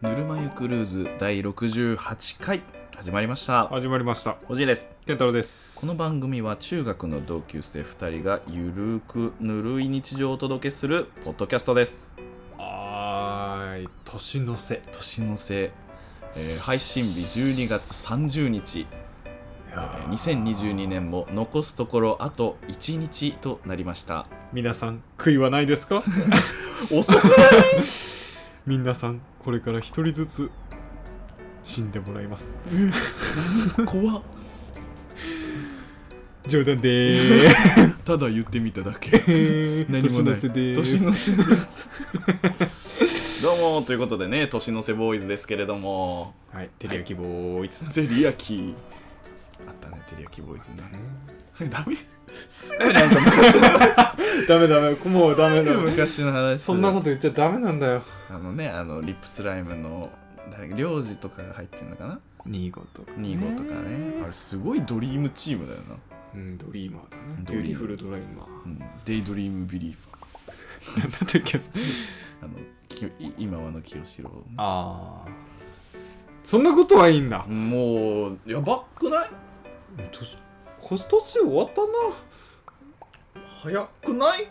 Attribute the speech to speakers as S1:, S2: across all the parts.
S1: クルーズ第68回始まりました。
S2: 始まりました
S1: おじいです。
S2: 健太郎です
S1: この番組は中学の同級生2人がゆるーくぬるい日常をお届けするポッドキャストです。
S2: はーい年の瀬
S1: 年の瀬、えー配信日12月30日、えー2022年も残すところあと1日となりま した。
S2: 皆さん悔いはないですか
S1: 遅く
S2: 皆さんこれから一人ずつ死んでもらいます
S1: 怖っ
S2: 冗談で ーす
S1: ただ言ってみただ け。何も
S2: 年
S1: ない
S2: の瀬でー
S1: 年
S2: す
S1: の瀬です どうもということでね年の瀬ボーイズですけれども
S2: はい照り焼きボーイズ
S1: 照り焼きあったね照り焼きボーイズねダメすぐ
S2: ダメダメもうダメダメ
S1: 昔の話
S2: そんなこと言っちゃダメなんだよ
S1: あのねあのリップスライムの誰領事とかが入ってんのかな
S2: 2号とか
S1: 2号とかねあれすごいドリームチームだよな、
S2: うんドリーマーだね
S1: ド
S2: ビ
S1: リーマー
S2: ューティフルドライマー
S1: うん、デイドリームビリーバ
S2: なんだったっけ
S1: ーあのきい今はの清志郎
S2: ああそんなことはいいんだ
S1: もうやばくない
S2: 年年年終わったな
S1: 早くない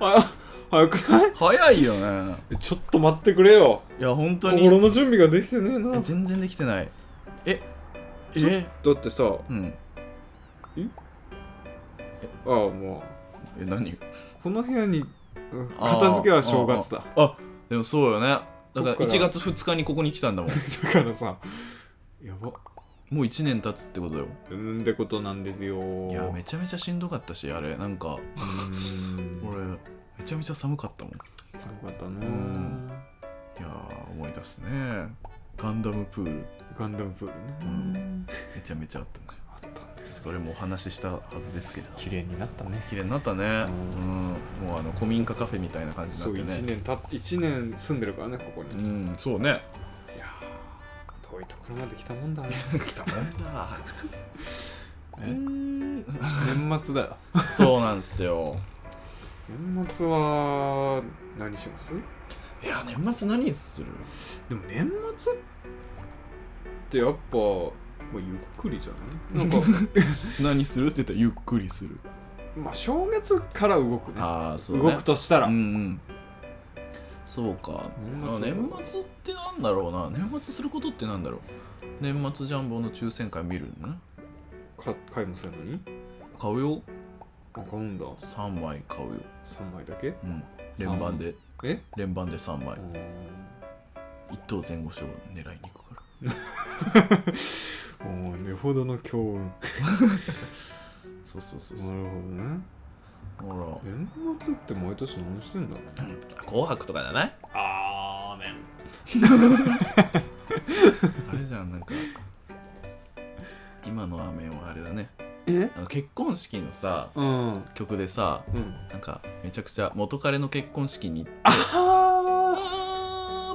S2: あ早くない
S1: 早いよね
S2: ちょっと待ってくれよ
S1: いや本当に
S2: 心の準備ができてねえな
S1: え
S2: だ
S1: 全然できてないえ
S2: ちょ
S1: え
S2: ってさ
S1: うん
S2: ああも
S1: え何
S2: うこの部屋にうん
S1: あー
S2: 片付けは正月だ
S1: あでもそうよねだから
S2: こっか
S1: 1
S2: ら
S1: 月2日にここに来たんだ もん
S2: だからさやば
S1: もう1年経つってことよ
S2: うんってことなんですよ
S1: いやめちゃめちゃしんどかったしあれなんか
S2: うーん
S1: 俺めちゃめちゃ寒かったもんい
S2: 寒かったな
S1: うんやー思い出すねガンダムプール
S2: ガンダムプールね、
S1: うんめちゃめちゃあったね
S2: あったんです
S1: それもお話ししたはずですけれど
S2: 綺麗になったね
S1: 綺麗になったねうんもうあの古民家カフェみたいな感じ
S2: そう
S1: になっ
S2: 1
S1: てね
S2: 年たっ1年住んでるからねここ
S1: う
S2: に、い
S1: んそうね
S2: やー遠いところまで来たもんだね
S1: 来たもんだ
S2: え年末だよ
S1: そうなんですよ
S2: 年末は何します
S1: いや年末何する
S2: でも年末ってやっぱ、もうゆっくりじゃないなんか
S1: 何するって言ったらゆっくりする
S2: まあ正月から動くね
S1: ああそうね
S2: 動くとしたら、
S1: うんうんそうかあ
S2: 年末
S1: 年末ってなんだろうな年末することってなんだろう年末ジャンボの抽選会見るのね
S2: か買いもせんのに
S1: 買うよ
S2: あ買うんだ
S1: 3枚買うよ、
S2: 3枚だけ
S1: うん、連番で
S2: え
S1: 連番で3枚
S2: うーん
S1: 一等前後賞狙いに行くから
S2: おーよほどの強運な
S1: そうそうそう
S2: る
S1: そ
S2: ほ
S1: う
S2: どね
S1: ほ
S2: 年末って毎年何してんだろうね
S1: ら紅白とかじゃない
S2: あーね
S1: あれじゃんなんか今の雨はあれだね
S2: え
S1: あの結婚式のさ
S2: うんうん
S1: 曲でさなんかめちゃくちゃ元彼の結婚式に行って
S2: あ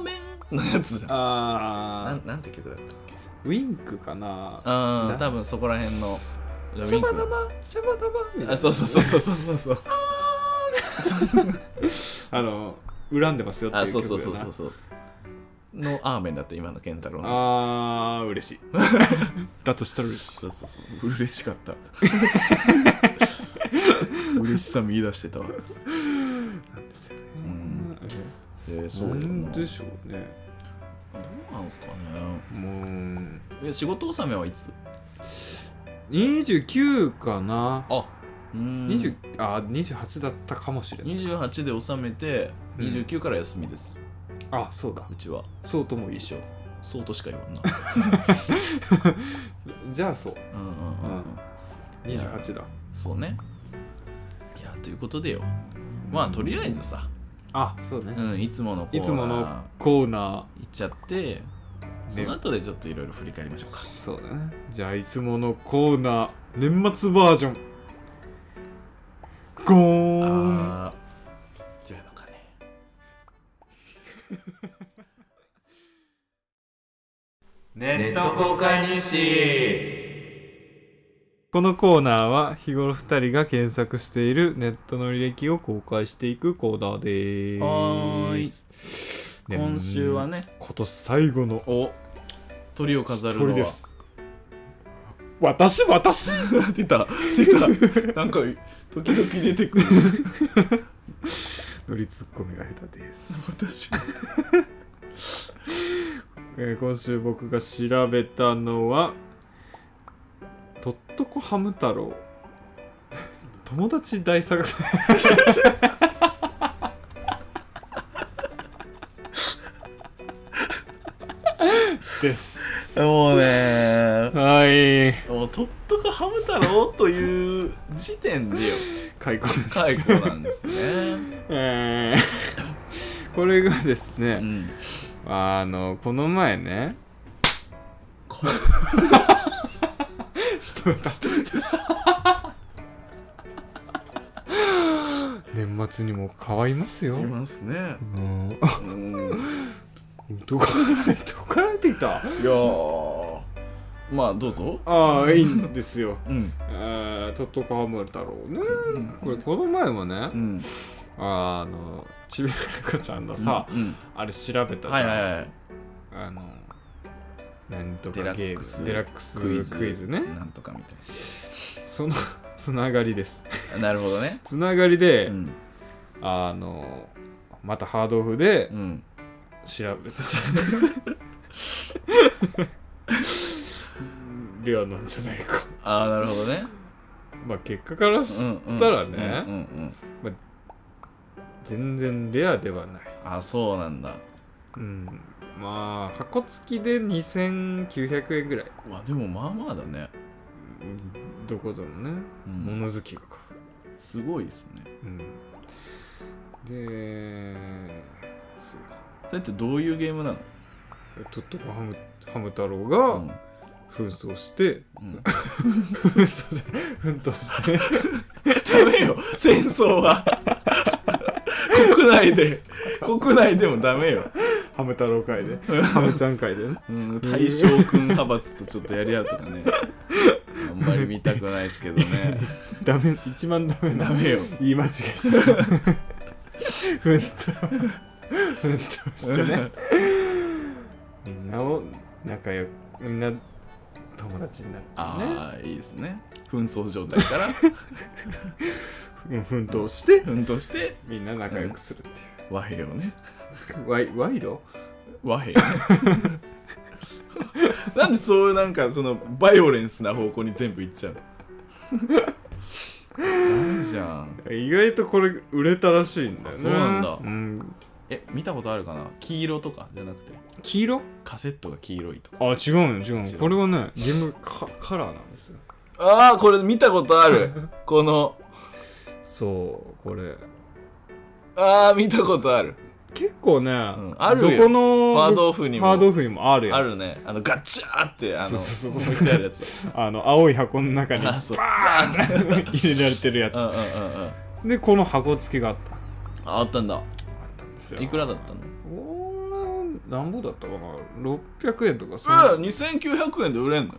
S1: ラーメンのやつじゃん
S2: あ
S1: な
S2: ー
S1: んなんて曲だったっけ
S2: ウィンクかな
S1: あー
S2: だ
S1: 多分そこら辺のウィ
S2: シャ
S1: ン
S2: バ
S1: ク
S2: ダ
S1: だ
S2: バシャバダバみたいな
S1: あそうそうそうそうそうそう
S2: あの恨んでますよって
S1: あ
S2: いう
S1: そ
S2: 曲
S1: うそうそう
S2: だ
S1: そ
S2: な
S1: うそうのアーメンだった今の健太郎の
S2: あー嬉しいだとしたら嬉しい
S1: そうそうそう嬉しかった嬉しさ見出してたわ
S2: なんですよね
S1: んえー、そう
S2: な
S1: だなん
S2: で
S1: ど
S2: しょうね
S1: うなんすかね
S2: もう
S1: え仕事納めはいつ
S2: 29かな
S1: あうーん
S2: 20あ28だったかもしれない
S1: 28で納めて
S2: うん
S1: 29から休みです、
S2: あそうだ
S1: うちは
S2: そうともいい
S1: 一緒そうとしか言わんな
S2: じゃあそう
S1: うんうんうん、うん
S2: 28だ
S1: そうね。いや、ということでよ。まあ、とりあえずさ、
S2: あそうね
S1: うん、いつものコー
S2: い
S1: ナー
S2: つものコーナ
S1: 行っちゃって、その後でちょっといろいろ振り返りましょうか
S2: ー。そうだねじゃあいつものコーナー年末バージョンゴーン
S1: あー、違うのかね。ネット公開日誌
S2: このコーナーは日頃2人が検索しているネットの履歴を公開していくコーナーです。
S1: はーい
S2: ね
S1: 今週はね
S2: 今年最後の
S1: お鳥を飾るの
S2: 鳥
S1: は
S2: です。私私
S1: 出た出たなんか時々出てく る
S2: ノリツッコミが下手です、
S1: 私は
S2: えー今週僕が調べたのはとっとこハム太郎 友達大作戦です
S1: もうね
S2: はい
S1: もうとっとこハム太郎という時点でよ
S2: 開講です
S1: 解雇なんですね、
S2: えーこれがです
S1: う
S2: ね、
S1: ん、
S2: あのこの前ね
S1: こ
S2: 年末にも変わりますよ
S1: いますね
S2: うん
S1: うん
S2: どこからどこから出てきた
S1: いやーまあどうぞ
S2: ああいいんですよ
S1: うん
S2: えー、トットカワム太郎ねこれこの前もね、
S1: うん
S2: あのちびまる子ちゃんのさ、
S1: うん
S2: あれ調べたじゃん、
S1: はいはいはい
S2: あのなんと
S1: デ
S2: か
S1: ラ
S2: ゲ
S1: ッ
S2: ー
S1: クス
S2: ムデラックス
S1: クイズ
S2: クイズね
S1: なんとかみたい
S2: その つながりです
S1: ななるほどね
S2: つながりで、
S1: うん
S2: あのまたハードオフで
S1: うん
S2: 調べてさ レアなんじゃないか
S1: ああなるほどね
S2: まあ結果からし、
S1: うんうん
S2: たらね
S1: うんうんうん
S2: 全然レアではない
S1: あそうなんだ
S2: うんまあ箱付きで2900円ぐらい、
S1: うわでもまあまあだね
S2: うんどこぞのね
S1: うん
S2: 物好きがか、
S1: すごいですね
S2: うん、ですよ
S1: それってどういうゲームなの
S2: トットコハムハム太郎が
S1: ん
S2: 紛争して、
S1: うん、
S2: 紛争じゃない奮闘して
S1: ダメよ戦争は国内で国内でもダメよ、
S2: ハム太郎会でハムちゃん会でね
S1: うん、大将軍派閥とちょっとやり合うとかねあんまり見たくないですけど ね
S2: ダメ一番ダメな
S1: ダメよ
S2: 言い間違いした奮闘奮闘してねみんなを仲良くみんな友達になる
S1: ああ、いいですね紛争状態 から
S2: うん奮闘して
S1: 奮闘して
S2: みんな仲良くするってい
S1: 和平をね
S2: う、わい賄賂
S1: 和平 なんでそういうなんかそのバイオレンスな方向に全部いっちゃうの ダメじゃん
S2: 意外とこれ売れたらしいんだよね
S1: あそうなんだ
S2: ん
S1: え見たことあるかな黄色とかじゃなくて
S2: 黄色
S1: カセットが黄色いとか
S2: あ違うよ違うよ
S1: 違う
S2: これはねゲームカカラーなんですよ
S1: ああこれ見たことあ るこの
S2: そうこれ
S1: ああ見たことある
S2: 結構ね、
S1: んあるよ
S2: どこの
S1: ハードオフにも
S2: ハードオフにもあるやつ
S1: あるねあのガチャーってあの
S2: そうそうそうそう
S1: 置いてあるやつ
S2: あの青い箱の中に
S1: あーそう
S2: バーン入れられてるや
S1: うんうんうん
S2: つ
S1: うんあ
S2: でこの箱付きがあった
S1: あったんだ
S2: あったんですよ
S1: いくらだったの
S2: おーなんぼだったかな600円とか
S1: う
S2: さ
S1: ん2900円で売れんの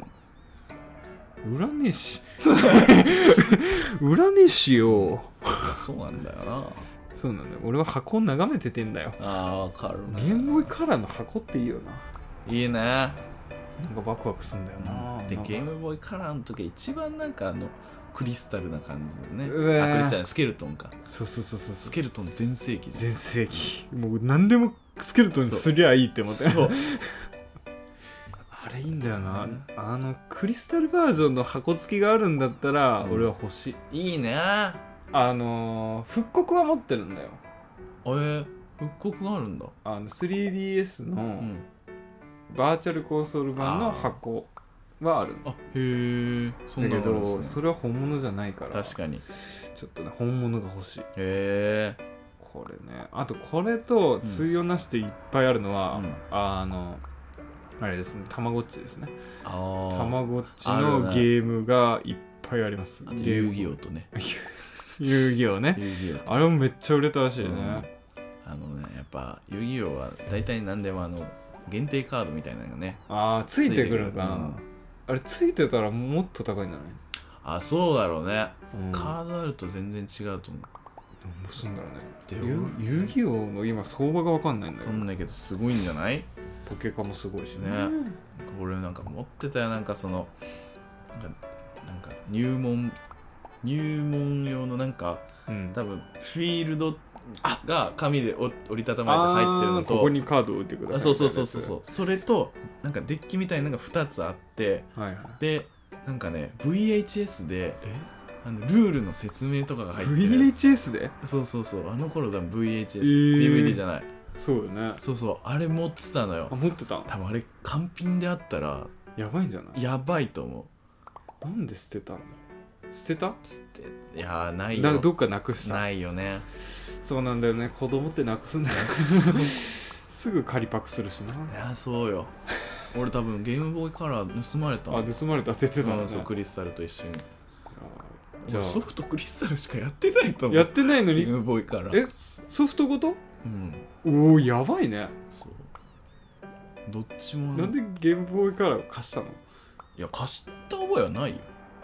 S2: 売らねえ し売らねえしよ
S1: そうなんだよな
S2: そうなんだよ俺は箱を眺めててんだよ
S1: あーわかる
S2: ゲ
S1: ね
S2: ームボーイカラーの箱っていいよない
S1: いね
S2: なんかワクワクすんだよな
S1: で
S2: なんか
S1: ゲームボーイカラーの時は一番なんかあのクリスタルな感じだ
S2: うわ
S1: よね
S2: ー
S1: あクリスタルスケルトンか
S2: そうそうそうそう
S1: ス
S2: そう
S1: ケルトン全盛期じ
S2: 全盛期もう何でもスケルトンにすりゃいいって
S1: ゃん
S2: 思って
S1: そう
S2: あれいいんだよな、
S1: うん
S2: あのクリスタルバージョンの箱付きがあるんだったら
S1: うん
S2: 俺は欲しい、
S1: いいねえ
S2: あのー復刻は持ってるんだよ
S1: ー、復刻があるんだ
S2: あの 3DS
S1: う
S2: の
S1: ん
S2: バーチャルコンソール版の箱はあるんだ
S1: あへえそんな
S2: け
S1: のあるん
S2: ど、
S1: です
S2: そ
S1: ね
S2: れは本物じゃないから
S1: 確かにへ
S2: ちょっとね本物が欲しい
S1: え
S2: これねあとこれと対応なしでいっぱいあるのは、
S1: うん
S2: あのあれですねたまごっちですね
S1: あ
S2: た
S1: ー
S2: まごっち
S1: ある
S2: の
S1: ね
S2: ゲームがいっぱいあります
S1: あと遊戯
S2: 王
S1: 王とね
S2: 遊戯王ね
S1: 遊戯王と
S2: あれもめっちゃ売れたらしいね、
S1: うんあのねやっぱ遊戯王は大体何でもあの限定カードみたいなのがね
S2: ああついてくるのかな、
S1: うん
S2: あれついてたらもっと高いんじゃない
S1: あそうだろうね、
S2: うん
S1: カードあると全然違うと思う
S2: どうすんだろうね
S1: で
S2: 遊遊戯王の今相場が分かんないんだ
S1: わ
S2: よ
S1: かんないけどすごいんじゃないね
S2: ポケカもすごいしね
S1: 俺なんか持ってたよなんかそのなんかなんか入門入門用のなんか
S2: うん
S1: 多分フィールドが紙で折折りたたまれて
S2: あ
S1: 入ってるの
S2: ー
S1: と
S2: ここにカードを打ってください
S1: あそうそうそうそうそううそれとなんかデッキみたいなのが2つあって
S2: はいはい
S1: でなんかね VHS で
S2: え
S1: あのルールの説明とかが入ってるやつ
S2: VHS で
S1: そうそうそうあの頃だ VHS、
S2: えー
S1: DVD じゃない
S2: そうよね
S1: そうそうあれ持ってたの
S2: あ
S1: よ
S2: 持ってたん
S1: 多分あれ完品であったら
S2: やばいんじゃない
S1: やばいと思
S2: なんで捨てたの捨てた
S1: うつっていやーない
S2: な
S1: よ
S2: どっかなくした
S1: ないよね
S2: そうなんだよね子供ってなくすんだよ
S1: す
S2: すぐ借りパクするしない
S1: やーそう よ俺多分ゲームボーイカラー盗まれたの
S2: あ盗まれた出てたの
S1: うんそう
S2: ね
S1: クリスタルと一緒に
S2: あじゃ
S1: 俺ソ
S2: あ
S1: フトクリスタルしかやってないと思う
S2: やってないの
S1: ゲー
S2: に
S1: ムボーイカラー
S2: えソフトごと
S1: うん
S2: おおやばいね
S1: そうどっちも
S2: なんでゲームボーイカラーを貸したの
S1: いや貸した覚えはないよ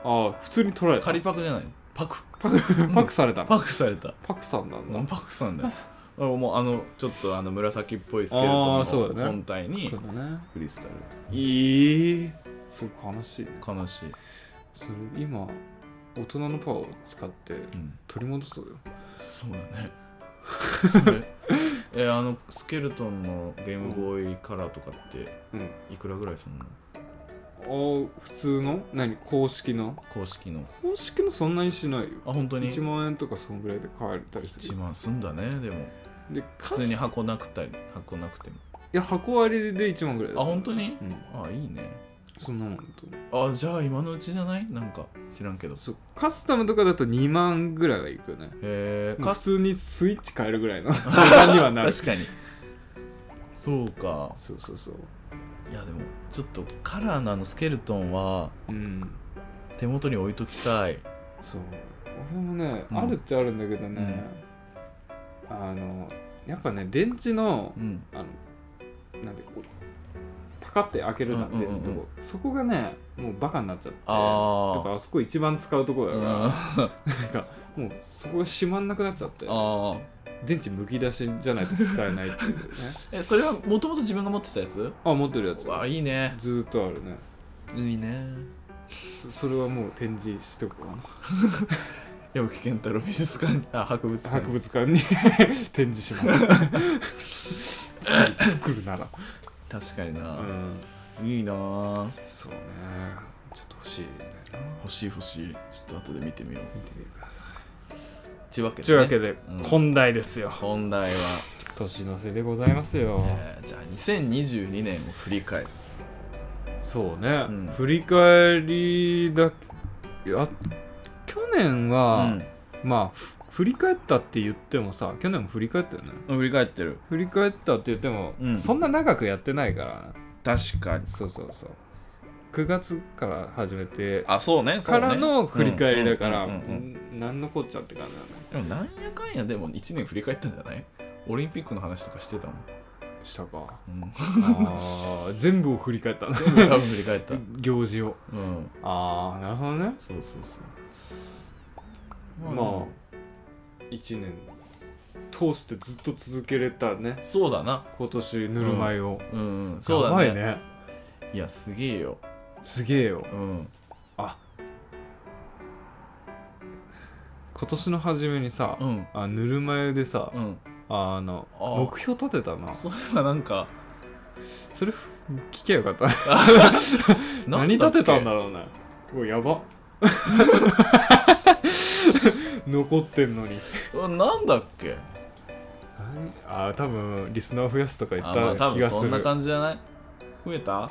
S2: ああ普通に取られた
S1: 仮パクじゃないパク
S2: パクパクされたの
S1: パクされた
S2: パクさんなんだ
S1: もうパクさんだよだ からもうあのちょっとあの紫っぽいスケルトン
S2: あ
S1: の
S2: ーそうだね
S1: 本体に
S2: そうだね
S1: クリスタル
S2: いいすごい悲しいね
S1: 悲しい、
S2: それ今大人のパワーを使って
S1: うん、
S2: 取り戻そうよ
S1: そうだ ねそれえあのスケルトンのゲームボーイカラーとかって
S2: うん
S1: いくらぐらいすんの
S2: ああ普通の何公式の
S1: 公式の
S2: 公式のそんなにしないよ
S1: あ本当に
S2: 1万円とかそんぐらいで買えたりす
S1: 1
S2: る
S1: 万すんだねでも
S2: で
S1: 普
S2: 普
S1: 通に
S2: い
S1: 箱なくたり箱なくても
S2: や箱割りで1万ぐらいだ
S1: あ本当に
S2: うん
S1: あいいね
S2: そんなもんだと思う
S1: あじゃあ今のうちじゃないなんか知らんけどへ
S2: そうカスタムとかだと2万ぐらいはいくよね
S1: え
S2: 普通にスイッチ変えるぐら いの値段にはなる
S1: 確かにそうか
S2: そうそうそう
S1: いやでもちょっとカラーのあのスケルトンは
S2: うん
S1: 手元に置いときたい
S2: そう俺もね、
S1: うん
S2: あるっちゃあるんだけどね、あのやっぱね電池の
S1: うん
S2: あのなんでこうパカって開けるじゃん、
S1: うんうんうんうん
S2: 電池のとこそこがねもうバカになっちゃって
S1: あー
S2: やっぱあそこ一番使うとこ
S1: う
S2: ろだ
S1: ん
S2: から、
S1: あ
S2: なんかもうそこが閉まんなくなっちゃって
S1: あ
S2: 電池むき出しじゃないと使えないっていうね
S1: えそれはもともと自分が持ってたやつ
S2: あ持ってるやつ
S1: わあいいね
S2: ずーっとあるね
S1: いいね
S2: そそれはもう展示しておこうかな
S1: 矢吹健太郎美術館あ博物館
S2: 博物館に 展示します作 る作るなら
S1: 確かに
S2: う
S1: な、
S2: ん
S1: いいなあ
S2: そうねちょっと欲しいんだよな
S1: 欲しい欲しいちょっと後で見てみよう
S2: 見てみてくださ
S1: ちゅうわけ
S2: い
S1: で、ね、
S2: というわけで
S1: うん
S2: 本題ですよ
S1: 本題は、
S2: 年の瀬でございますよ
S1: えーじゃあ2022年を振り返る
S2: そうね
S1: うん
S2: 振り返りだいや去年
S1: う
S2: は
S1: ん
S2: まあふ振り返ったって言ってもさ去年も振り返ったよね
S1: 振り返ってる
S2: 振り返ったって言っても
S1: うん
S2: そんな長くやってないから
S1: 確かに
S2: そうそうそう9月から始めて
S1: あそうねそう
S2: か
S1: ね
S2: らの振り返りだから
S1: うんうんうんうん
S2: 何のこっちゃって感じだね
S1: でもなんやかんやでも1年振り返ったんじゃないオリンピックの話とかしてたもん、
S2: したか
S1: うん、
S2: あー 全部を振 り返ったな
S1: 全部多分振り返った、う
S2: 行事を
S1: ん、
S2: ああなるほどね
S1: そうそうそう
S2: まあ1年通してずっと続けれたね
S1: そうだな
S2: 今年ぬるま湯を、
S1: うんうんそうだね
S2: やばいね
S1: いやすげえよ
S2: すげえよ
S1: うん
S2: あ今年の初めにさ、
S1: うん
S2: あぬるま湯でさ、
S1: うん
S2: あの
S1: あ
S2: 目標立てたな
S1: それはなんか
S2: それ聞けばよかった
S1: な
S2: 何
S1: だっ
S2: 立てたんだろうねおい やば残ってんのに
S1: うんなんだっけ
S2: あー多分リスナー増やすとか言
S1: あまあ
S2: っ
S1: 多
S2: た気
S1: 分
S2: が
S1: そ
S2: す
S1: ん
S2: る
S1: な感じじゃない増えた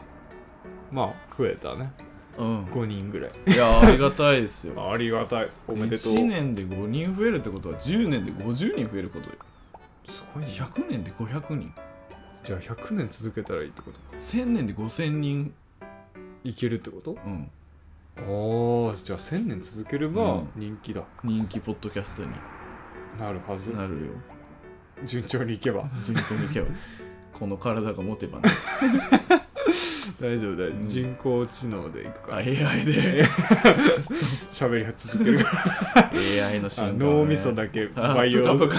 S2: まあ増えたね
S1: うん
S2: 5人ぐらい
S1: いやありがたいですよ
S2: ありがたい おめでとう
S1: 1年で5人増えるってことは10年で50人増えることよ
S2: すごいね
S1: 100年で500人
S2: じゃあ100年続けたらいいってことか
S1: 1000年で5000人
S2: いけるってこと
S1: うん
S2: ああじゃあ1000年続ければ
S1: うん
S2: 人気だ、
S1: 人気ポッドキャストに
S2: なるはず
S1: なるよ
S2: 順調にいけば
S1: 順調にいけばこの体が持てばね
S2: 大丈夫だよ、
S1: うん
S2: 人工知能でいくから
S1: AI でずっ
S2: 喋りは続ける
S1: AI の進化、
S2: あ
S1: ね、
S2: 脳みそだけ
S1: あ
S2: 培養
S1: ぷかぷか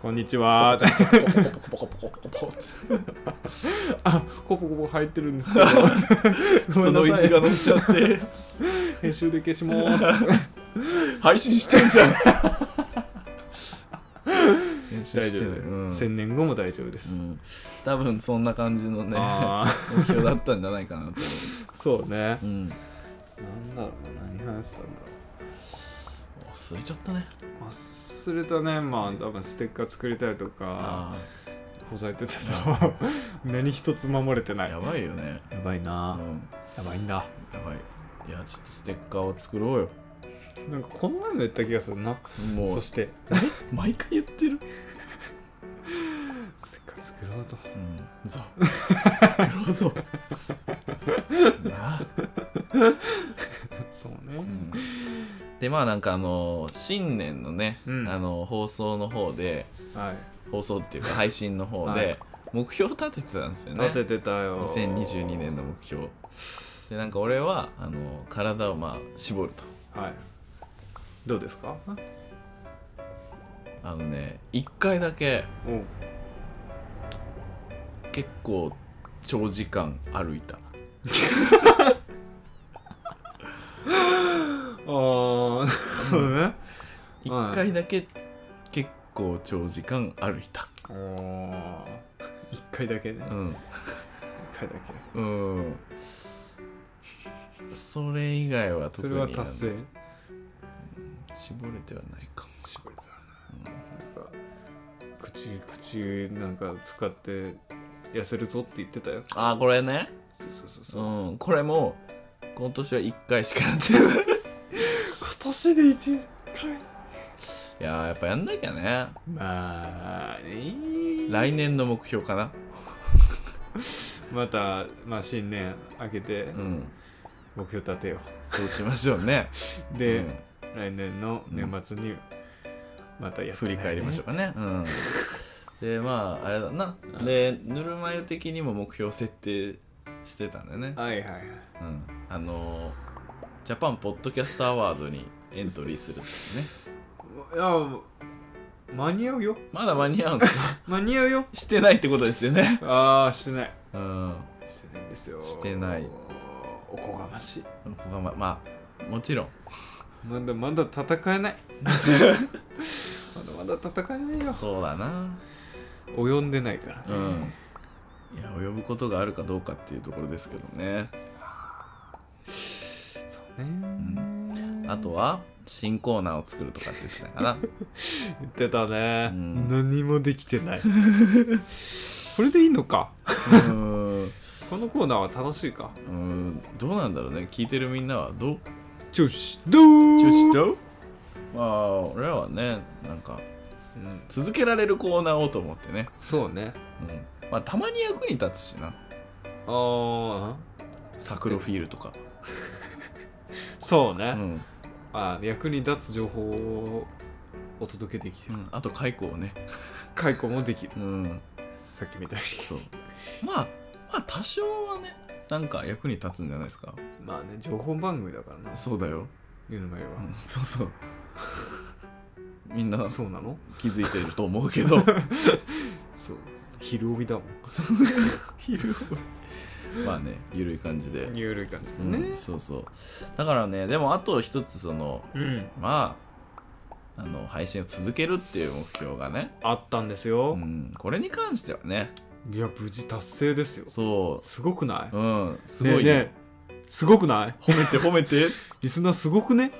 S2: こんにちは
S1: ポコポコポコポコポコ
S2: あコポコポ入ってるんですけど
S1: ちょっとノイズが乗っちゃって
S2: 編集で消します
S1: 配信してんじゃん編集
S2: 大
S1: して
S2: 丈
S1: る、
S2: 夫、
S1: うん
S2: 1000年後も大丈夫です、
S1: うん、多分そんな感じのね
S2: ああ
S1: 目標だったんじゃないかなと思
S2: そうね
S1: う、うん、
S2: なんだろうな何話したんだろ
S1: 忘れちゃったね
S2: う忘れたねまあ多分ステッカー作りたいとか
S1: あ
S2: こさえてたと 何一つ守れてな
S1: あ
S2: い
S1: や
S2: や
S1: ばいよね、、
S2: ばいうなんやばいんだ
S1: やばいいやちょっとステッカーを作ろうよ
S2: なんかこの前も言った気がするな
S1: もう
S2: そして
S1: 毎回言ってる、
S2: ステッカー作ろうと
S1: うん、ぞ作ろうぞなあ、
S2: そう
S1: う
S2: ね
S1: ん、でまあなんかあの新年のね、
S2: うん
S1: あの放送の方で
S2: はい
S1: 放送っていう か配信の方で、
S2: はい
S1: 目標立ててたんですよね
S2: 立ててたよ
S1: 2022年の目標でなんか俺はあの体をまあ絞ると
S2: はいどうですか
S1: あのね1回だけ
S2: お
S1: 結構長時間歩いた
S2: ああなるほど ねはい
S1: 1回だけ結構長時間歩いた
S2: お一回だけね
S1: うん
S2: 一回だけ
S1: うんそれ以外は
S2: そ
S1: 特に
S2: れは達成
S1: 絞れてはないかも
S2: 絞れたななんか口口なんか使って痩せるぞって言ってたよ
S1: ああこれね
S2: そうそうそうそう
S1: うんこれも今年は1回しかやってない
S2: 今年で一回
S1: いやーやっぱやんなきゃね
S2: まあね
S1: 来年の目標かな
S2: また、まあ、新年明けて
S1: うん
S2: 目標立てよ
S1: そうしましょう ね
S2: うで、
S1: うん
S2: 来年の年末にまたやって
S1: 振
S2: ね
S1: り返りましょうかね。うん、でまああれだな、でぬるま湯的にも目標設定してたんだよね、
S2: はいはいはい
S1: うん、あのージャパンポッドキャストアワードにエントリーするっていうね
S2: いや間に合うよ
S1: まだ間に合うんですか
S2: 間に合うよ
S1: してないってことですよね、
S2: ああしてない
S1: うん、
S2: してないんですよ
S1: してない
S2: おこがましい
S1: ここがままあもちろん
S2: まだまだ戦えない まだまだ戦えないよ
S1: そうだな
S2: 及んでないからね、
S1: うんいや及ぶことがあるかどうかっていうところですけどね
S2: そうね
S1: あとは新コーナーを作るとかって言ってたかな
S2: 言ってたね、
S1: うん
S2: 何もできて ないこれでいいのか
S1: うん
S2: このコーナーは楽しいか
S1: うーんどうなんだろうね聞いてるみんなはどう
S2: チュシドゥ
S1: どまあ俺らはねなんか
S2: うん、
S1: 続けられるコーナーをと思ってね、
S2: そうね
S1: うん、まあたまに役に立つしな
S2: ああ
S1: サクロフィールとか、
S2: そう
S1: う
S2: ね、
S1: ん
S2: まあ役に立つ情報をお届けできて
S1: う
S2: る
S1: ん、あと解雇をね
S2: 解雇もできる
S1: うん
S2: さっきみたい
S1: そうまあまあ多少はねなんか役に立つんじゃないですか
S2: にまあね情報番組だからな
S1: そうだよ、
S2: 言うのもいいわ
S1: うん、そうそうみんな
S2: そうなの
S1: 気づいてると思うけ ど
S2: そう昼帯だもん
S1: 昼まあねゆるい感じで
S2: ゆるい感じで
S1: うん
S2: ね
S1: そうそうだからねでもあと一つその
S2: うん、
S1: まああの配信を続けるっていう目標がね、
S2: あったんです
S1: う
S2: よ、
S1: ん、これに関してはね
S2: いや無事達成ですよ
S1: そ
S2: すごくないう
S1: うんすごい
S2: ね
S1: よ
S2: えねえすごくない
S1: 褒めて褒めてね
S2: リスナーすごくね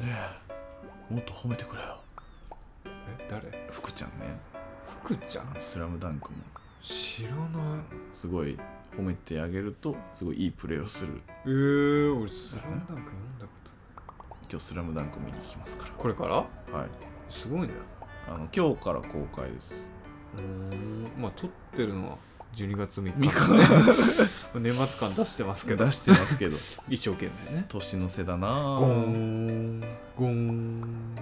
S1: えもっと褒めてくれよ
S2: え誰
S1: 福ちゃんね
S2: 福ち
S1: 「
S2: ゃ
S1: あ
S2: ん
S1: のスラムダンクも
S2: 知らない
S1: すごい褒めてあげるとすごいいいプレーをする
S2: えー、俺スラムダンク読んだことない
S1: 今日「スラムダンク見に行きますか
S2: これから
S1: らはい
S2: すごいね
S1: あの今日から公開です
S2: うーんまあ撮ってるのは12月3日
S1: 三日
S2: 年末感出してますけど
S1: 出してます けど
S2: 一生懸命ね
S1: 年の瀬だな
S2: ゴーンゴーン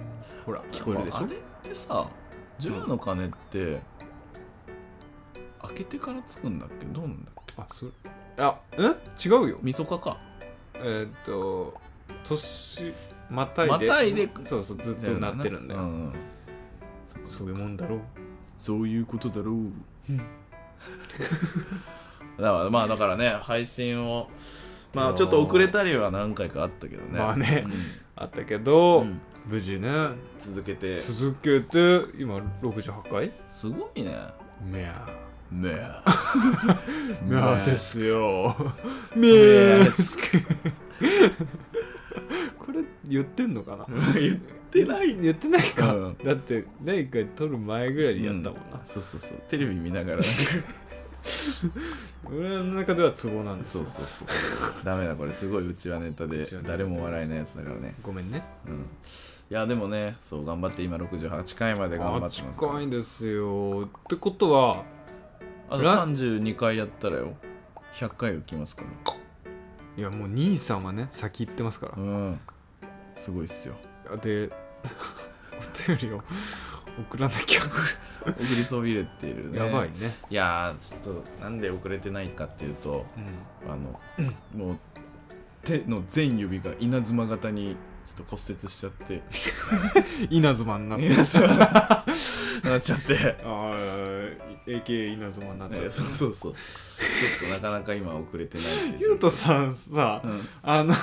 S2: ほら聞こえるでしょ
S1: あれってさ「ジョアの鐘」って開けてからつくんだっけどうなんだっけ
S2: あそれあえ違うよ
S1: みそかか
S2: えーっと年またい
S1: ま
S2: で
S1: たいで
S2: そうそうずっとなってるんだよ、
S1: うう
S2: そういうもんだろ
S1: そういうこと だろうだからまあだからね配信をまあちょっと遅れたりは何回かあったけどね
S2: まあね
S1: うん
S2: あったけど、
S1: うん
S2: 無事ね
S1: 続けて
S2: 続けて今68回
S1: すごいね
S2: めや
S1: ねえ
S2: めやです
S1: よ
S2: め
S1: ねえ
S2: これ言ってんのかな
S1: 言ってない
S2: 言ってないか、
S1: うん
S2: だって第1回撮る前ぐらいにやったもんな、
S1: そうそうそうテレビ見ながらね
S2: 俺の中ではツボなんで す
S1: そ
S2: よ
S1: うそうそうダメだこれすごいうちはネタで
S2: 内輪ネタ
S1: 誰も笑えないやつだからね
S2: ごめんね
S1: うんいやでもねそう頑張って今68回まで頑張ってますから
S2: 近いんですよってことは
S1: あと
S2: ら
S1: 32回やったらよ100回浮きますから
S2: いやもう兄さんはね先行ってますから
S1: うんすごいっ すよ
S2: でお便りを 送らなきゃ、
S1: 送りそびれているね
S2: やばいね、
S1: いやーちょっとなんで遅れてないかっていうとあの、もう手の全指が稲妻型にちょっと骨折しちゃ って
S2: 稲妻になって
S1: 稲妻なっちゃって
S2: ああ AK 稲妻になっちゃ
S1: え
S2: う
S1: ーそうそうそうちょっとなかなか今遅れてないって
S2: ゆうとさんさ、
S1: うん
S2: あの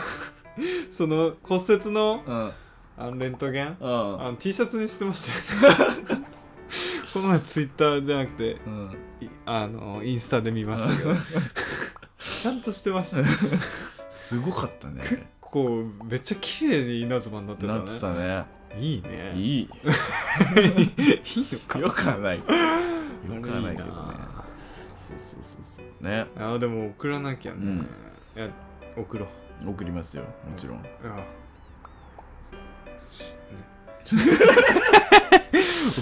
S2: その骨折の
S1: うん
S2: あのレントゲン
S1: うん
S2: あの T シャツにしてましたよ ねこの前ツイッターじゃなくて
S1: うん
S2: いあのインスタで見ました けどちゃんとしてましたね
S1: すごかったね
S2: こうめっちゃ綺麗に稲妻になってたね
S1: なってたね
S2: いいねい
S1: い
S2: い
S1: い
S2: のか
S1: よくはないよくはないけどね
S2: あ
S1: そうそうそうそうね
S2: れいいなあでも送らなきゃね、
S1: うん
S2: いや送ろう
S1: 送りますよもちろん
S2: いやしね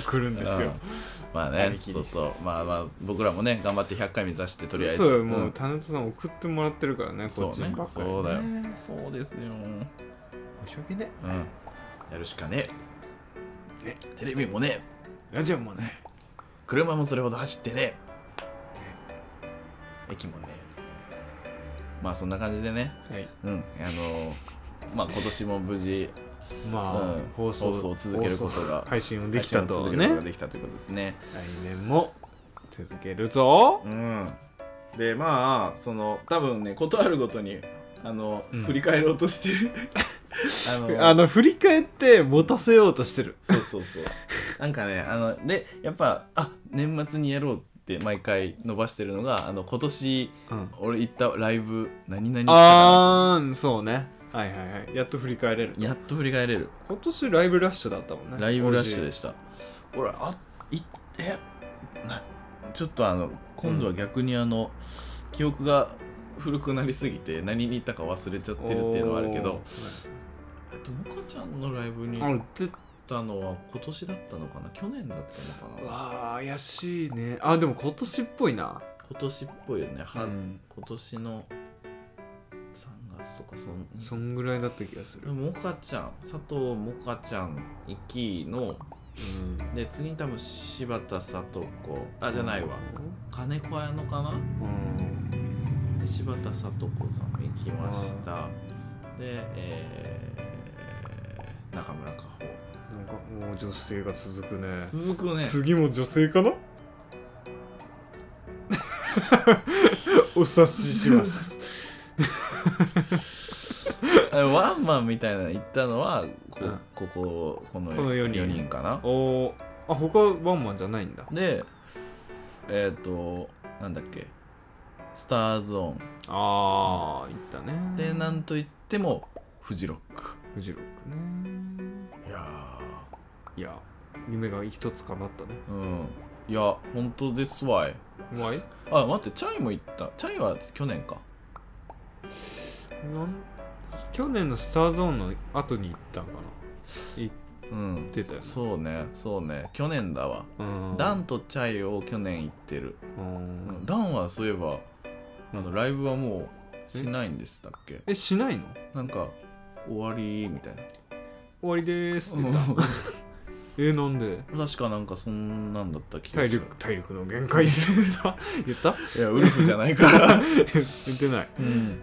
S2: 送るんですよ
S1: まあ
S2: 兄
S1: ね
S2: 貴に
S1: そうそうまあまあ僕らもね頑張って100回目指してとりあえず
S2: そうもう、
S1: ん
S2: タネットさん送ってもらってるからねこ
S1: そ
S2: っ
S1: う
S2: ちに
S1: ね
S2: ばっかり
S1: そうだよ
S2: ね
S1: そうですよ
S2: 申し訳ね
S1: うんやるしかねえねテレビもね
S2: えラジオもね
S1: 車もそれほど走ってね駅もねまあそんな感じでね
S2: はい
S1: うんあのまあ今年も無事、
S2: ま
S1: う
S2: あ、
S1: ん
S2: 放送
S1: 放送を続けることが
S2: 放送配信をできた
S1: 配信を
S2: と
S1: 続けること
S2: ね
S1: ができたということですね
S2: 来年も続けるぞ
S1: うんでまあその多分ねことあるごとにあの、
S2: うん
S1: 振り返ろうとして るあの
S2: あの振り返って持たせようとしてる
S1: そうそうそうなんかねあのでやっぱあ年末にやろうって毎回伸ばしてるのがあの今年
S2: うん
S1: 俺行ったライブ何々行ったか
S2: あーそうねはいはいはいやっと振り返れる
S1: なやっと振り返れる
S2: 今年ライブラッシュだったもんね
S1: ライブラッシュで
S2: し
S1: した俺あいえなちょっとあの今度は逆にあの、記憶が古くなりすぎて何に行ったか忘れちゃってるっていうのはあるけどえっともかちゃんのライブに行っ
S2: あ絶
S1: たのは今年だったのかな去年だったのか
S2: う
S1: な
S2: わー怪しいねあでも今年っぽいな
S1: 今年っぽいよね、は
S2: うん
S1: 今年の3月とかそん
S2: そんぐらいだった気がする
S1: もかちゃん佐藤もかちゃん行きの
S2: うん
S1: で次に多分柴田さと子あじゃないわ金子屋のかな
S2: うん
S1: で柴田さと子さん行きましたで、えー、中村佳
S2: なんかもう女性が続くね
S1: 穂続くね
S2: 次も女性かな お察しします
S1: あワンマンみたいなの行ったのはこ,、
S2: うん
S1: こここの
S2: この四人
S1: 四人かな
S2: おーあ他ワンマンじゃないんだ
S1: でえっ、となんだっけスターズオ
S2: ああいったね
S1: ンでなんといってもフジロック
S2: フジロックね
S1: いや
S2: いや夢が一つ叶ったね
S1: ーうんいや本当ですわいう
S2: まい
S1: あ待ってチャイも行ったチャイは去年か
S2: なん去年のスターゾーンの後に行ったんかな行っ
S1: うん
S2: てたよね
S1: そうねそうね去年だわ
S2: うん
S1: ダンとチャイを去年行ってる、
S2: うん
S1: ダンはそういえばあのライブはもうしないんでしたっけ
S2: えしないの
S1: なんか終わりみたいな
S2: 終わりでーすって言ったえなんで
S1: 確かなんか そんなんだった気が
S2: 体
S1: する
S2: 力体力の限界 言った言った
S1: いやウルフじゃないから
S2: 言ってない
S1: うん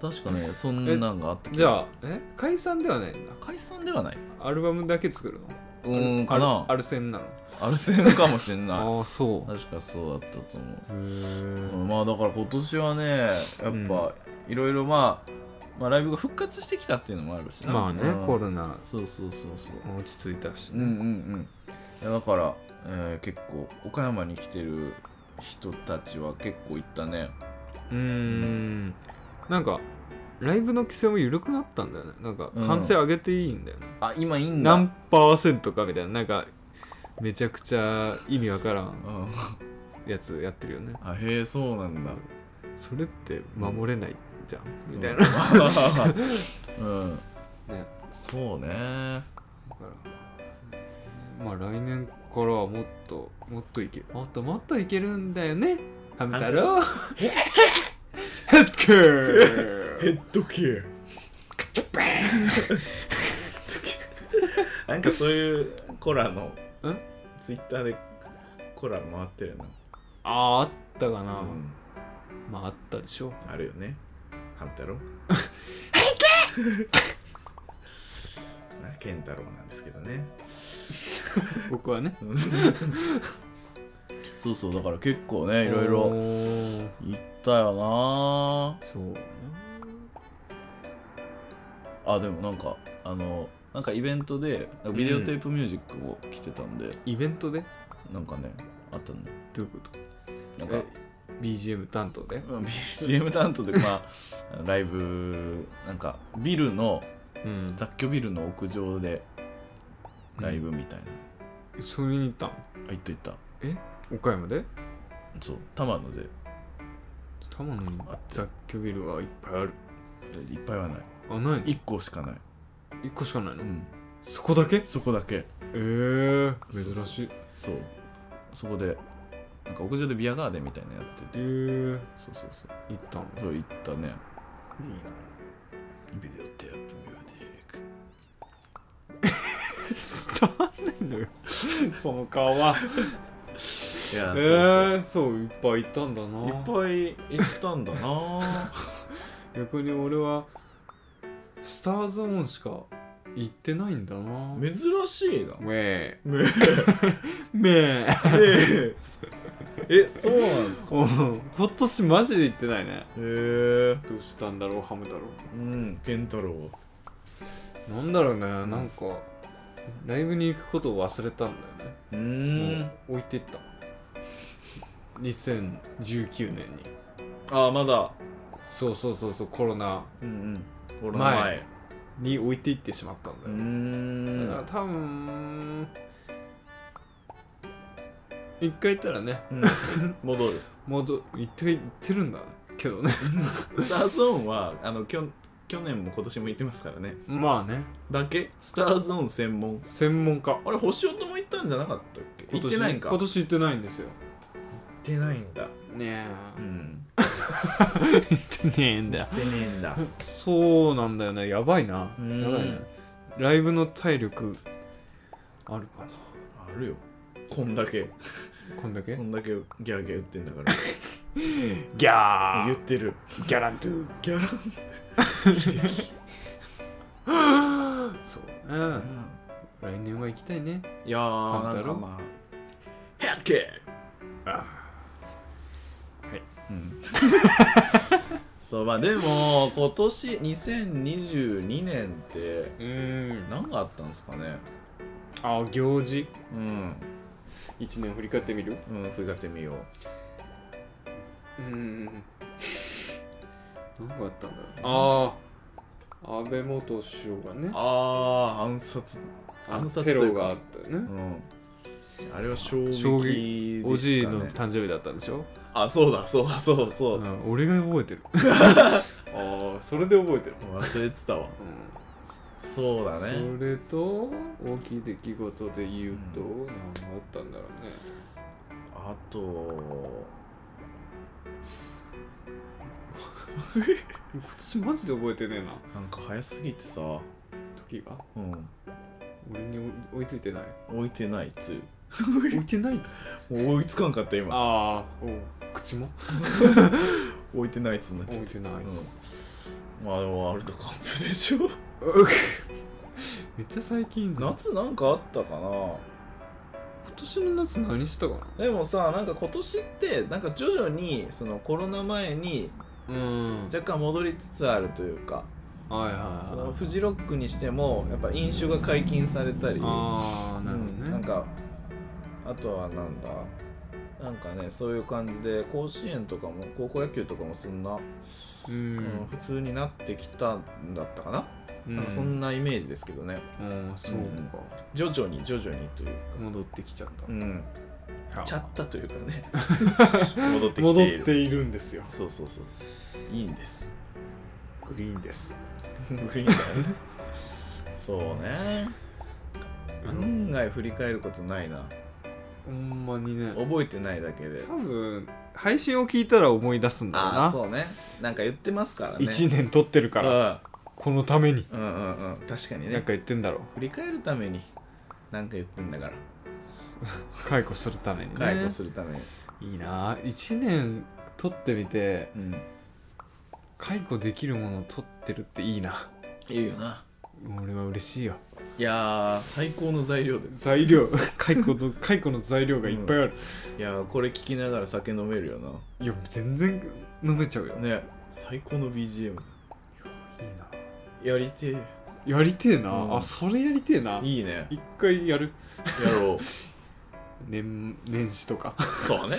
S1: 確かねそんなんがあった気
S2: じゃ
S1: が
S2: あえ解散ではないんだ
S1: する解散ではない
S2: アルバムだけ作るの
S1: うーんか
S2: ア
S1: な
S2: ルアルセンなの
S1: アルセンかもしんない
S2: ああ そ
S1: 確かそうだったと思う
S3: へー
S1: うんまあだから今年はねやっ
S2: うん
S1: ぱいろいろまあ、まあ、ライブが復活してきたっていうのもあるしな
S2: まあね、
S1: うん
S2: コロナ
S1: そうそうそうそう
S2: 落ち着いたし
S1: うんうんうんいやだから、えー結構岡山に来てる人たちは結構行ったね
S2: うーんなんかライブの規制も緩くなったんだよねなんか
S1: うん
S2: 完成上げていいんだよね、
S1: あ今いいんだ
S2: 何パーセントかみたいななんかめちゃくちゃ意味わからん
S1: うん
S2: やつやってるよね
S1: あへえそうなんだ
S2: それって守れないじゃん、みたいな、ね
S1: なうん
S2: だ
S1: そうね
S2: からまあ来年からはもっともっといけもっともっといけるんだよねハム太郎ヘッケー
S1: ッドケアなんかそういうコラの
S2: ん
S1: ツイッターでコラ回ってるな
S2: あああったかな、
S1: うん
S2: まああったでしょ
S1: あるよねハン太郎あケンタロウなんですけどね
S2: 僕はね
S1: そうそうだから結構ねいろい
S2: お
S1: ろ
S2: ー
S1: 行ったよな
S2: そうね
S1: あでもなんかあのなんかイベントでなんかビデオテープミュージックを着てたんで、
S2: イベントで
S1: なんかねあったの
S2: どういうこと
S1: なん か
S2: え BGM 担当で、
S1: まあ CM 担当でまあライブなんかビルの
S2: うん
S1: 雑居ビルの屋上でライブみたいな、
S2: それ見に行ったん
S1: あ行った行った
S2: 岡山で
S1: そう玉野で
S2: 玉野に雑居ビルがいっぱいある
S1: いっぱいはない
S2: あないの
S1: 1個しかない、
S2: 1個しかないの、
S1: うん、
S2: そこだけえ
S1: そこだけ
S2: えー、
S1: そうそう
S2: 珍しい
S1: そうそこでなんか屋上でビアガーデンみたいなのやって
S2: え
S1: て
S2: ー、
S1: そうそうそう
S2: 行ったんだ
S1: そう行ったねビデオテープミュージック
S2: 伝わんないのよその顔はい
S1: やそうそう
S2: えー、そういっぱい行ったんだない
S1: っぱい行ったんだな
S2: 逆に俺はスターズオンしか行ってないんだな め
S1: 珍しい な
S2: え
S1: ね
S2: めえ
S1: え えそうなんですか
S2: うん今年マジで行ってないね
S1: へえ
S2: どうしたんだろうハム太郎
S1: うん健太郎
S2: なんだろうねなんかライブに行くことを忘れたんだよね
S1: う
S2: も
S1: ん
S2: う置いてった2019年に
S1: あまだ
S2: そうそうそうそうコロナ
S1: うんうんコ
S2: ロナ前に置いていってしまったんだ
S1: う
S2: よ、ね
S1: ん
S2: だから多分一回行ったらね
S1: 戻る
S2: 戻一回行ってるんだけどね
S1: スターゾーンはあのきょ去年も今年も行って ますからね
S2: まあね
S1: だけスターゾーン専門
S2: 専門家
S1: あれ星音も行ったんじゃなかったっけ行ってないんか
S2: 今年行ってないんですよ
S1: ってないんだ
S2: ねえ
S1: うん
S2: 行ってねえんだよ
S1: 行ってねえんだ
S2: そうなんだよねやばいな
S1: うん
S2: やばいねライブの体力あるか
S1: あるよこんだけ
S2: なこんだけ
S1: こんだけギャーギャー言ってんだから
S2: ギャ
S1: 言ってる
S2: ギャラントゥ
S1: ギャラン
S2: そううん来年は行きたいね
S1: いやー
S2: なんだろ
S1: まあヘッケー
S2: あ
S1: はいうん そうまあでも今年2022年って
S2: うん
S1: 何があったんですかね
S2: あ行事
S1: うん、
S2: 1年振り返ってみる
S1: うん、振り返ってみよう
S2: うん何があったんだろうああ安倍元首相がね
S1: ああ暗殺
S2: あ
S1: 暗殺
S2: テロがあったよ
S1: う
S2: ね
S1: んあれは衝撃でした、
S2: 衝
S1: ね、
S2: おじいの誕生日だったんでしょ
S1: あそうだそうだそうだそうだ、
S2: ん、俺が覚えてる ああそれで覚えてる、
S1: 忘れてたわそうだね
S2: それと大きい出来事で言うと、
S1: う
S2: 何があったんだろうね
S1: あと
S2: 今年マジで覚えてねえな
S1: なんか早すぎてさ、
S2: 時が
S1: うん、
S2: 俺に追いつい てない
S1: 置いてないつゆ
S2: 追いてないっつ
S1: もう追いつかんかった今
S2: ああ口も
S1: 置いてないつになっち
S2: 置
S1: ゃっ
S2: い
S1: た
S2: てないっ
S1: うん
S2: す、
S1: まあでもワールドカップでしょ
S2: めっちゃ最近じゃん
S1: 夏なんかあったかな
S2: 今年の夏何したかな
S1: でもさなんか今年ってなんか徐々にそのコロナ前に
S2: うん
S1: 若干戻りつつあるというか
S2: はいはい
S1: そ
S2: は
S1: の
S2: い
S1: フジロックにしてもやっぱ飲酒が解禁されたり
S2: ああなる
S1: うんなん
S2: ほどね
S1: かあとはなんだなんかねそういう感じで甲子園とかも高校野球とかもそんな、
S2: う
S1: うん
S2: ん
S1: 普通になってきたんだったかな,、
S2: う
S1: なんかそんなイメージですけどね
S2: うんそうか
S1: 徐々に徐々にというか、
S2: 戻ってきちゃった
S1: うん、ちゃ
S2: ゃ
S1: ったというか ね戻ってき
S4: 戻
S1: ている
S4: っているんですよ
S1: そうそうそういいんです
S4: グリーンです
S1: グリーンだよね そうね案外振り返ることないな
S2: ほんまにね
S1: 覚えてないだけで
S2: 多分配信を聞いたら思い出すんだろう
S1: ああ
S2: な
S1: そうねなんか言ってますからね
S4: 1年取ってるから
S1: ら
S4: このために
S1: うんうんうん確かに
S2: なん
S1: ね
S2: か言ってんだろう
S1: 振り返るためになんか言ってんだから
S2: 解雇するためにね
S1: 解雇するために、
S2: いいな1年取ってみて
S1: うん
S2: 解雇できるものを取ってるっていいな
S1: 言うよな
S2: 俺は嬉しいよ
S1: いやー最高の材料で
S4: 材料 解雇の解雇の材料がいっぱいある、
S1: いやーこれ聞きながら酒飲めるよ
S2: いや全然飲めちゃうよ、
S1: なね最高の BGM
S2: いいな
S1: やりてえ
S4: やりてえな、
S1: うん
S4: あそれやりてえない
S1: いね
S4: 一回やる
S1: やろう
S4: 年年始と か
S1: そうね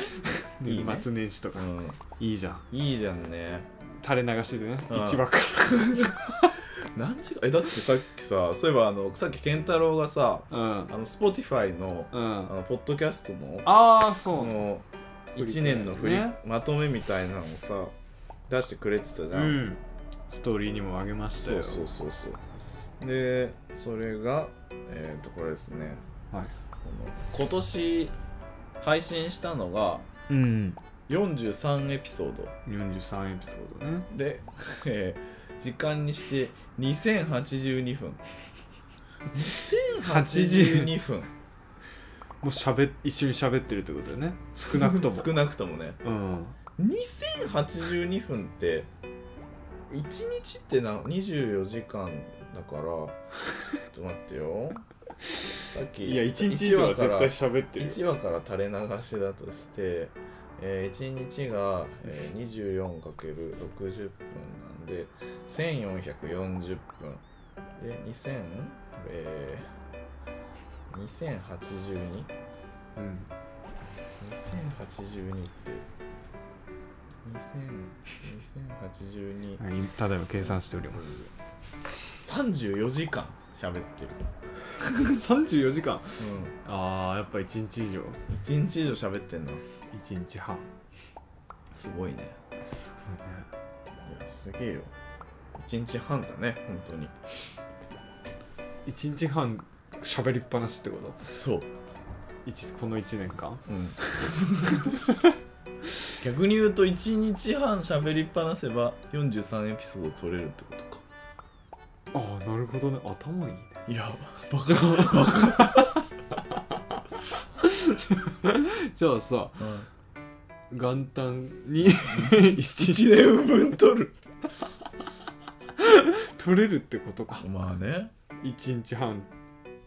S1: いいね
S4: 年末年始とか
S1: う
S4: いいじゃん
S1: んいいじゃんね
S4: 垂れ流しでね
S1: うん
S4: 市場から
S1: 何時かえだってさっきさそういえばあのさっき健太郎がさ
S2: うん
S1: あの Spotify の
S2: うん
S1: あのポッドキャストの
S2: ああそ
S1: こ
S2: うね
S1: の
S2: 振り
S1: 1年の振り、
S2: ね
S1: まとめみたいなのをさ出してくれてたじゃん、
S2: うんストーリーにもあげました
S1: そ
S2: よ
S1: うそうそうそうでそれがえっ、とこれですね、
S2: はい
S1: この今年配信したのが
S2: うん
S1: 43エピソード
S2: 43エピソードね
S1: で、えー時間にして2082分2082分
S2: もう喋っ一緒に喋ってるってことだよね少なくとも
S1: 少なくともね
S2: うん
S1: 2082分って1日ってな24時間だからちょっと待ってよさっき
S4: いや1日以上は絶対喋ってるよ
S1: 1話から垂れ流しだとして、え1日が、えー、24×60 分なんで1440分で2000えー、2082?2082
S2: うん
S1: って2000 2082
S2: はいただいま計算しております
S1: 34時間喋ってる、
S2: 34時間ああやっぱ1日以
S1: う
S2: 上
S1: ん、1日以上喋ってんの
S2: 1日半
S1: すごいね
S2: すごいね
S1: いやすげえよ1日半だね本当に
S2: 1日半喋りっぱなしってこと
S1: そう
S2: 一この1年間
S1: 逆に言うと1日半喋りっぱなせば43エピソード取れるってことか
S2: ああなるほどね頭いいね
S1: いやバ
S2: じゃ
S1: カ、
S2: あじゃあさ元旦に一
S1: 1年分取る
S2: 取れるってことか
S1: まあね、
S2: 1日半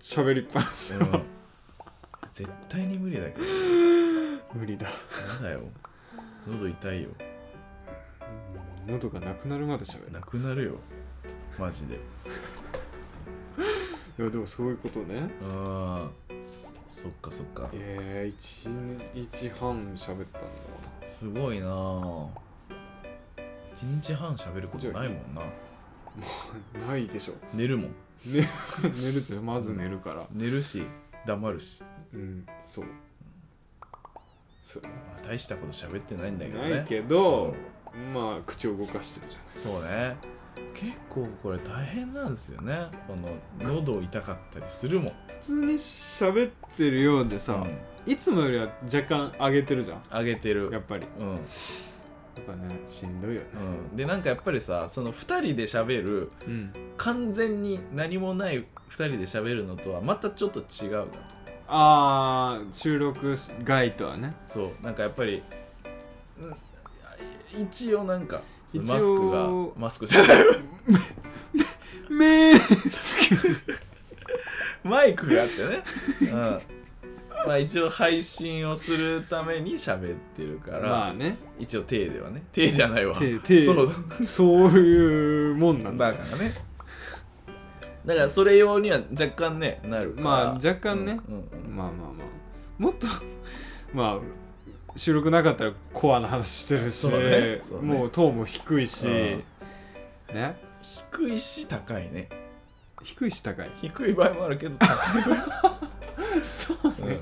S2: 喋りっぱなし
S1: うん、絶対に無理だけど
S2: 無理だ
S1: やだよ喉痛いよ
S2: 喉がなくなるまで喋る
S1: なくなるよマジで
S2: いやでもそういうことね
S1: あーそっかそっか
S2: えー、1日半喋ったんだ
S1: すごいなあ1日半喋ることないもんな
S2: ないでしょ
S1: 寝るもん
S2: ね寝るじゃんまず寝るから
S1: 寝るし黙るし
S2: うんそうそう
S1: まあ大したこと喋ってないんだけどね
S2: ないけど、まあ口を動かしてるじゃ
S1: そうね結構これ大変なんですよねこの喉痛かったりするもん
S2: ん普通に喋ってるようでさ、
S1: うん
S2: いつもよりは若干上げてるじゃん
S1: 上げて
S2: や
S1: る
S2: っぱり
S1: うん、
S2: やっぱねしんどいよね
S1: うん、でなんかやっぱりさその2人で喋る
S2: うん
S1: 完全に何もない2人で喋るのとはまたちょっと違うな
S2: あー収録外とはね
S1: そうなんかやっぱり、うん、一応なんか
S5: 一応
S1: マスクがマスクじゃない
S5: め
S1: マイクがあってね、うん、まあ一応配信をするために喋ってるから、
S5: まあね
S1: 一応手ではね手じゃないわ
S5: 手
S2: 手
S1: そう
S2: そういうもんなんだ
S1: だからねだからそれ用には若干ねなるから
S5: まあ若干ね
S1: うんうん
S5: まあまあまあ
S2: もっと まあ収録なかったらコアな話してるし、
S1: そうねそうね
S2: もうトーンも低いし、
S1: うん
S5: ね
S1: 低いし高いね
S5: 低いし高い
S1: 低い場合もあるけど高い場合も
S2: そうね
S1: ね、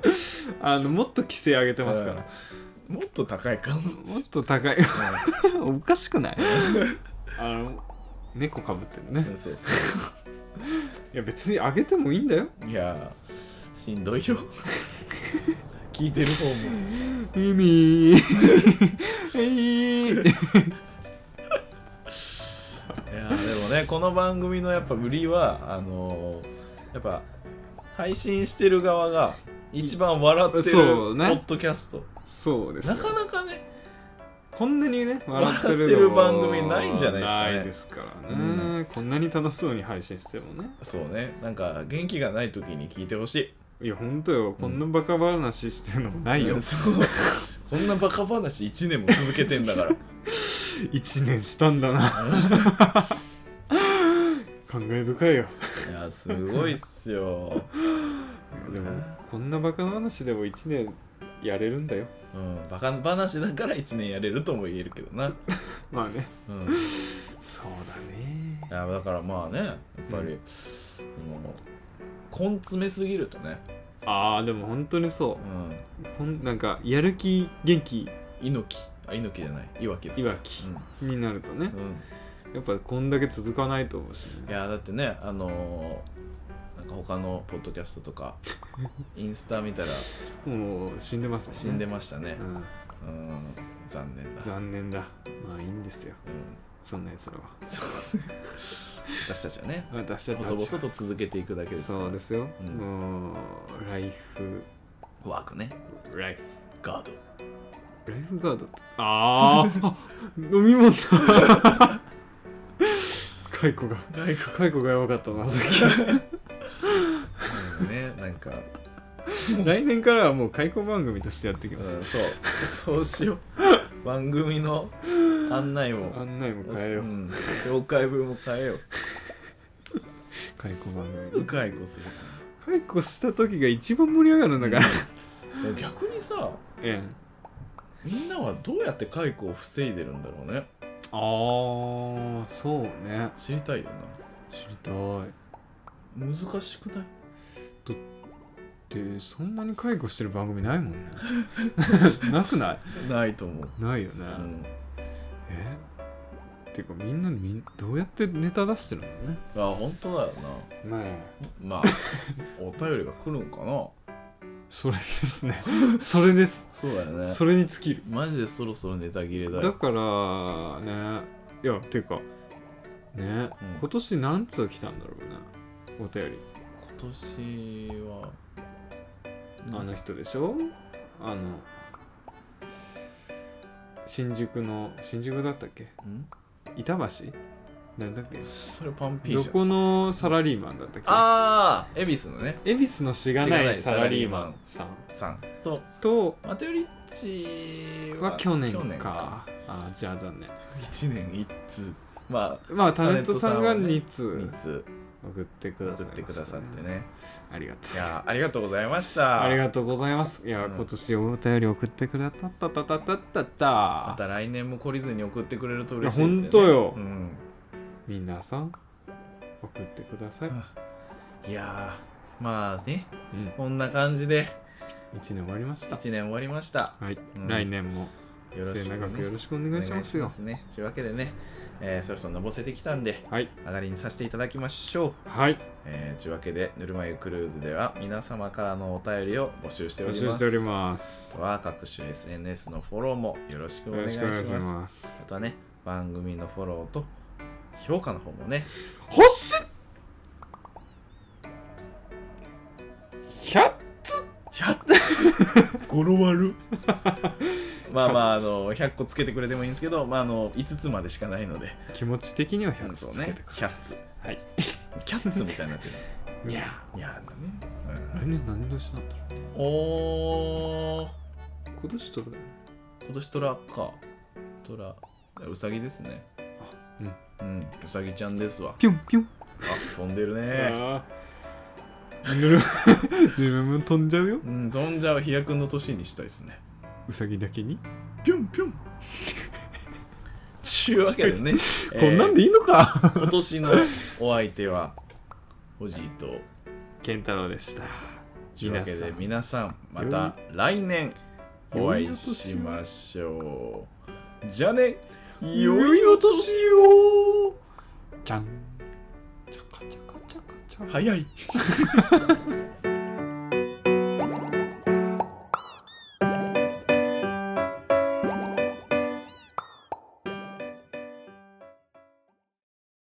S2: あのもっと規制上げてますから、も
S1: うんもっと高いかも
S5: もっと 高いおかしくない
S2: あの猫かぶってるね
S1: うんそうそ
S2: いや別に上げてもいいんだよ
S1: ういやーしんどいよ聞いてる方も
S5: 意味 えい
S1: いやーでもねこの番組のやっぱ売りはあのーやっぱ配信してる側が一番笑ってるポ
S5: そうね
S1: ッドキャスト、
S5: そうですよ
S1: なかなかね
S2: こんなにね笑って
S1: 笑
S2: る
S1: ってる
S2: の
S1: 番組ないんじゃないですかね
S2: ないですからね、こんなに楽しそうに配信してもね
S1: そうねなんか元気がない時に聞いてほしい
S2: いやほんとよこんなバカ話してるのもないよ、
S1: うん そうこんなバカ話1年も続けてんだ から
S2: 1年したんだな感慨深いよ
S1: いやすごいっすよ、
S2: でもこんなバカ話でも1年やれるんだよ
S1: うん、バカ話だから1年やれるとも言えるけどな、
S2: まあね
S1: うん、
S2: そうだね
S1: いやだからまあねやっぱり、もう根詰めすぎるとね、、
S2: ああでも本当にそううんこんなんかやる気元気
S1: 猪木あ猪木じゃないいわきだ
S2: いわきになるとね
S1: うん、うん
S2: やっぱこんだけ続かないと思うし、
S1: い
S2: ね、
S1: やだってねあのーなんか他のポッドキャストと かインスタ見たら
S2: もう死んでますもんね
S1: 死んでましたね
S2: う、ん
S1: うん、残念だ、
S2: 残念だまあいいんですよ
S1: うん、
S2: そんなやつらは
S1: そう私たちはね
S2: 私たちは
S1: 細々と続けていくだけですから
S2: そうですよ、
S1: うん
S2: もうライフ
S1: ワークね
S2: ライフ
S1: ガード
S2: ライフガードってあーあ 飲み物だ解雇 が
S1: 外
S2: 解雇がやばかったなさっ
S1: 国ねなんか、
S2: き来年からはもう解雇番組としてやっていき
S1: う
S2: ます、
S1: ん、そうそうしよう番組の案内も
S2: 案内も変えよ
S1: う、
S2: うん
S1: 紹介文も変えよう
S2: 解雇番
S1: す
S2: 組
S1: ぐ解雇する
S2: 解雇した時が一番盛り上がるんだから、
S1: でも逆にさ
S2: ええ
S1: みんなはどうやって解雇を防いでるんだろうね
S2: ああそうね
S1: 知りたいよ
S2: 知りたい
S1: な難しくない
S2: でそんなに解雇してる番組ない もんね なくない
S1: ないと思う、
S2: ないよね、
S1: うん、
S2: えてかみんなみんどうやってネタ出してるのね
S1: あ本当だよな
S2: ね
S1: ま あお便りが来るんかな
S2: それですねそれです
S1: そうだよね
S2: それに尽きる
S1: マジでそろそろネタ切れだよ
S2: だからねいやていうかね、
S1: うん
S2: 今年何通来たんだろうねお便り
S1: 今年は
S2: あの人でしょあの新宿の新宿だったっけ
S1: ん
S2: 板橋なんだっけ
S1: それパンピー
S2: ど
S1: じゃん
S2: このサラリーマンだったっけ
S1: ああ恵比寿のね
S2: 恵比寿のしが
S1: しが
S2: な
S1: ないい
S2: サラリーマンさん
S1: さんと
S2: と
S1: マテオリッチは
S2: は去年か
S1: 去年
S2: あーじゃあ残念
S1: 1年1通まあ
S2: まあタレントさん
S1: タ
S2: が
S1: レン
S2: 2
S1: ト
S2: 通
S1: 2通
S2: 送ってくだ
S1: 送
S2: さ
S1: っ
S2: いまして
S1: くださってね
S2: ありが
S1: い
S2: とう
S1: やーありがとうございました
S2: ありがとうございますいや、
S1: うん
S2: 今年お便り送ってくださったったったったったっ
S1: ま
S2: た
S1: た来年も懲りずに送ってくれると嬉しいですよね
S2: いやほんとよ
S1: うん
S2: 皆さん送ってください、
S1: うんいやーまあね
S2: うん、
S1: こんな感じで
S2: 1年終わりました
S1: 1年終わりました
S2: はい、
S1: うん
S2: 来年も
S1: よろし
S2: 末
S1: く、ね、
S2: 永くよろしくお願いしますよ
S1: ね。というわけでね、えーそろそろのぼせてきたんで、
S2: はい
S1: 上がりにさせていただきましょう。
S2: はい
S1: えーというわけで、ぬるま湯クルーズでは皆様からのお便りを募集してお
S2: 募
S1: ります。
S2: 集しております
S1: あとは各種 SNS のフォローもよろしくお
S2: よ
S1: 願
S2: ろ
S1: いし
S2: しく
S1: ま
S2: お願い
S1: す。
S2: します
S1: あとはね、番組のフォローと評価の方もね、
S2: 星100
S1: 100つ語呂悪 まあまああの100個つけてくれてもいいんですけど、まあ、あの5つまでしかないので
S2: 気持ち的には
S1: 100
S2: 100
S1: つ
S2: つ
S1: を
S2: つけ
S1: ね
S2: てくだ
S1: 100
S2: さ
S1: つ
S2: い、はい
S1: キャッツみたいになってる
S2: にゃ
S1: いやーだね、
S2: あれね何年なんだろ
S1: うん、おー
S2: う今年取るだよね
S1: 今年トラかトラうさぎですねうん、うん、うさぎちゃんですわ
S2: ピョンピョン
S1: あ飛んでるね
S2: あーぬる自分も飛んじ ゃうよ
S1: うん飛んじゃう飛躍の年にしたいですね
S2: うさぎだけに、
S1: ぴょんぴょんちゅうわけでね、
S2: こんなんでいいのか
S1: えー今年のお相手はおじいと
S5: 健太郎でした
S1: というわけで皆さんま
S2: ん
S1: た来年お会いしましょうじゃあね良いお年を
S2: じゃんちゃかちゃかちゃかちゃか
S1: 早い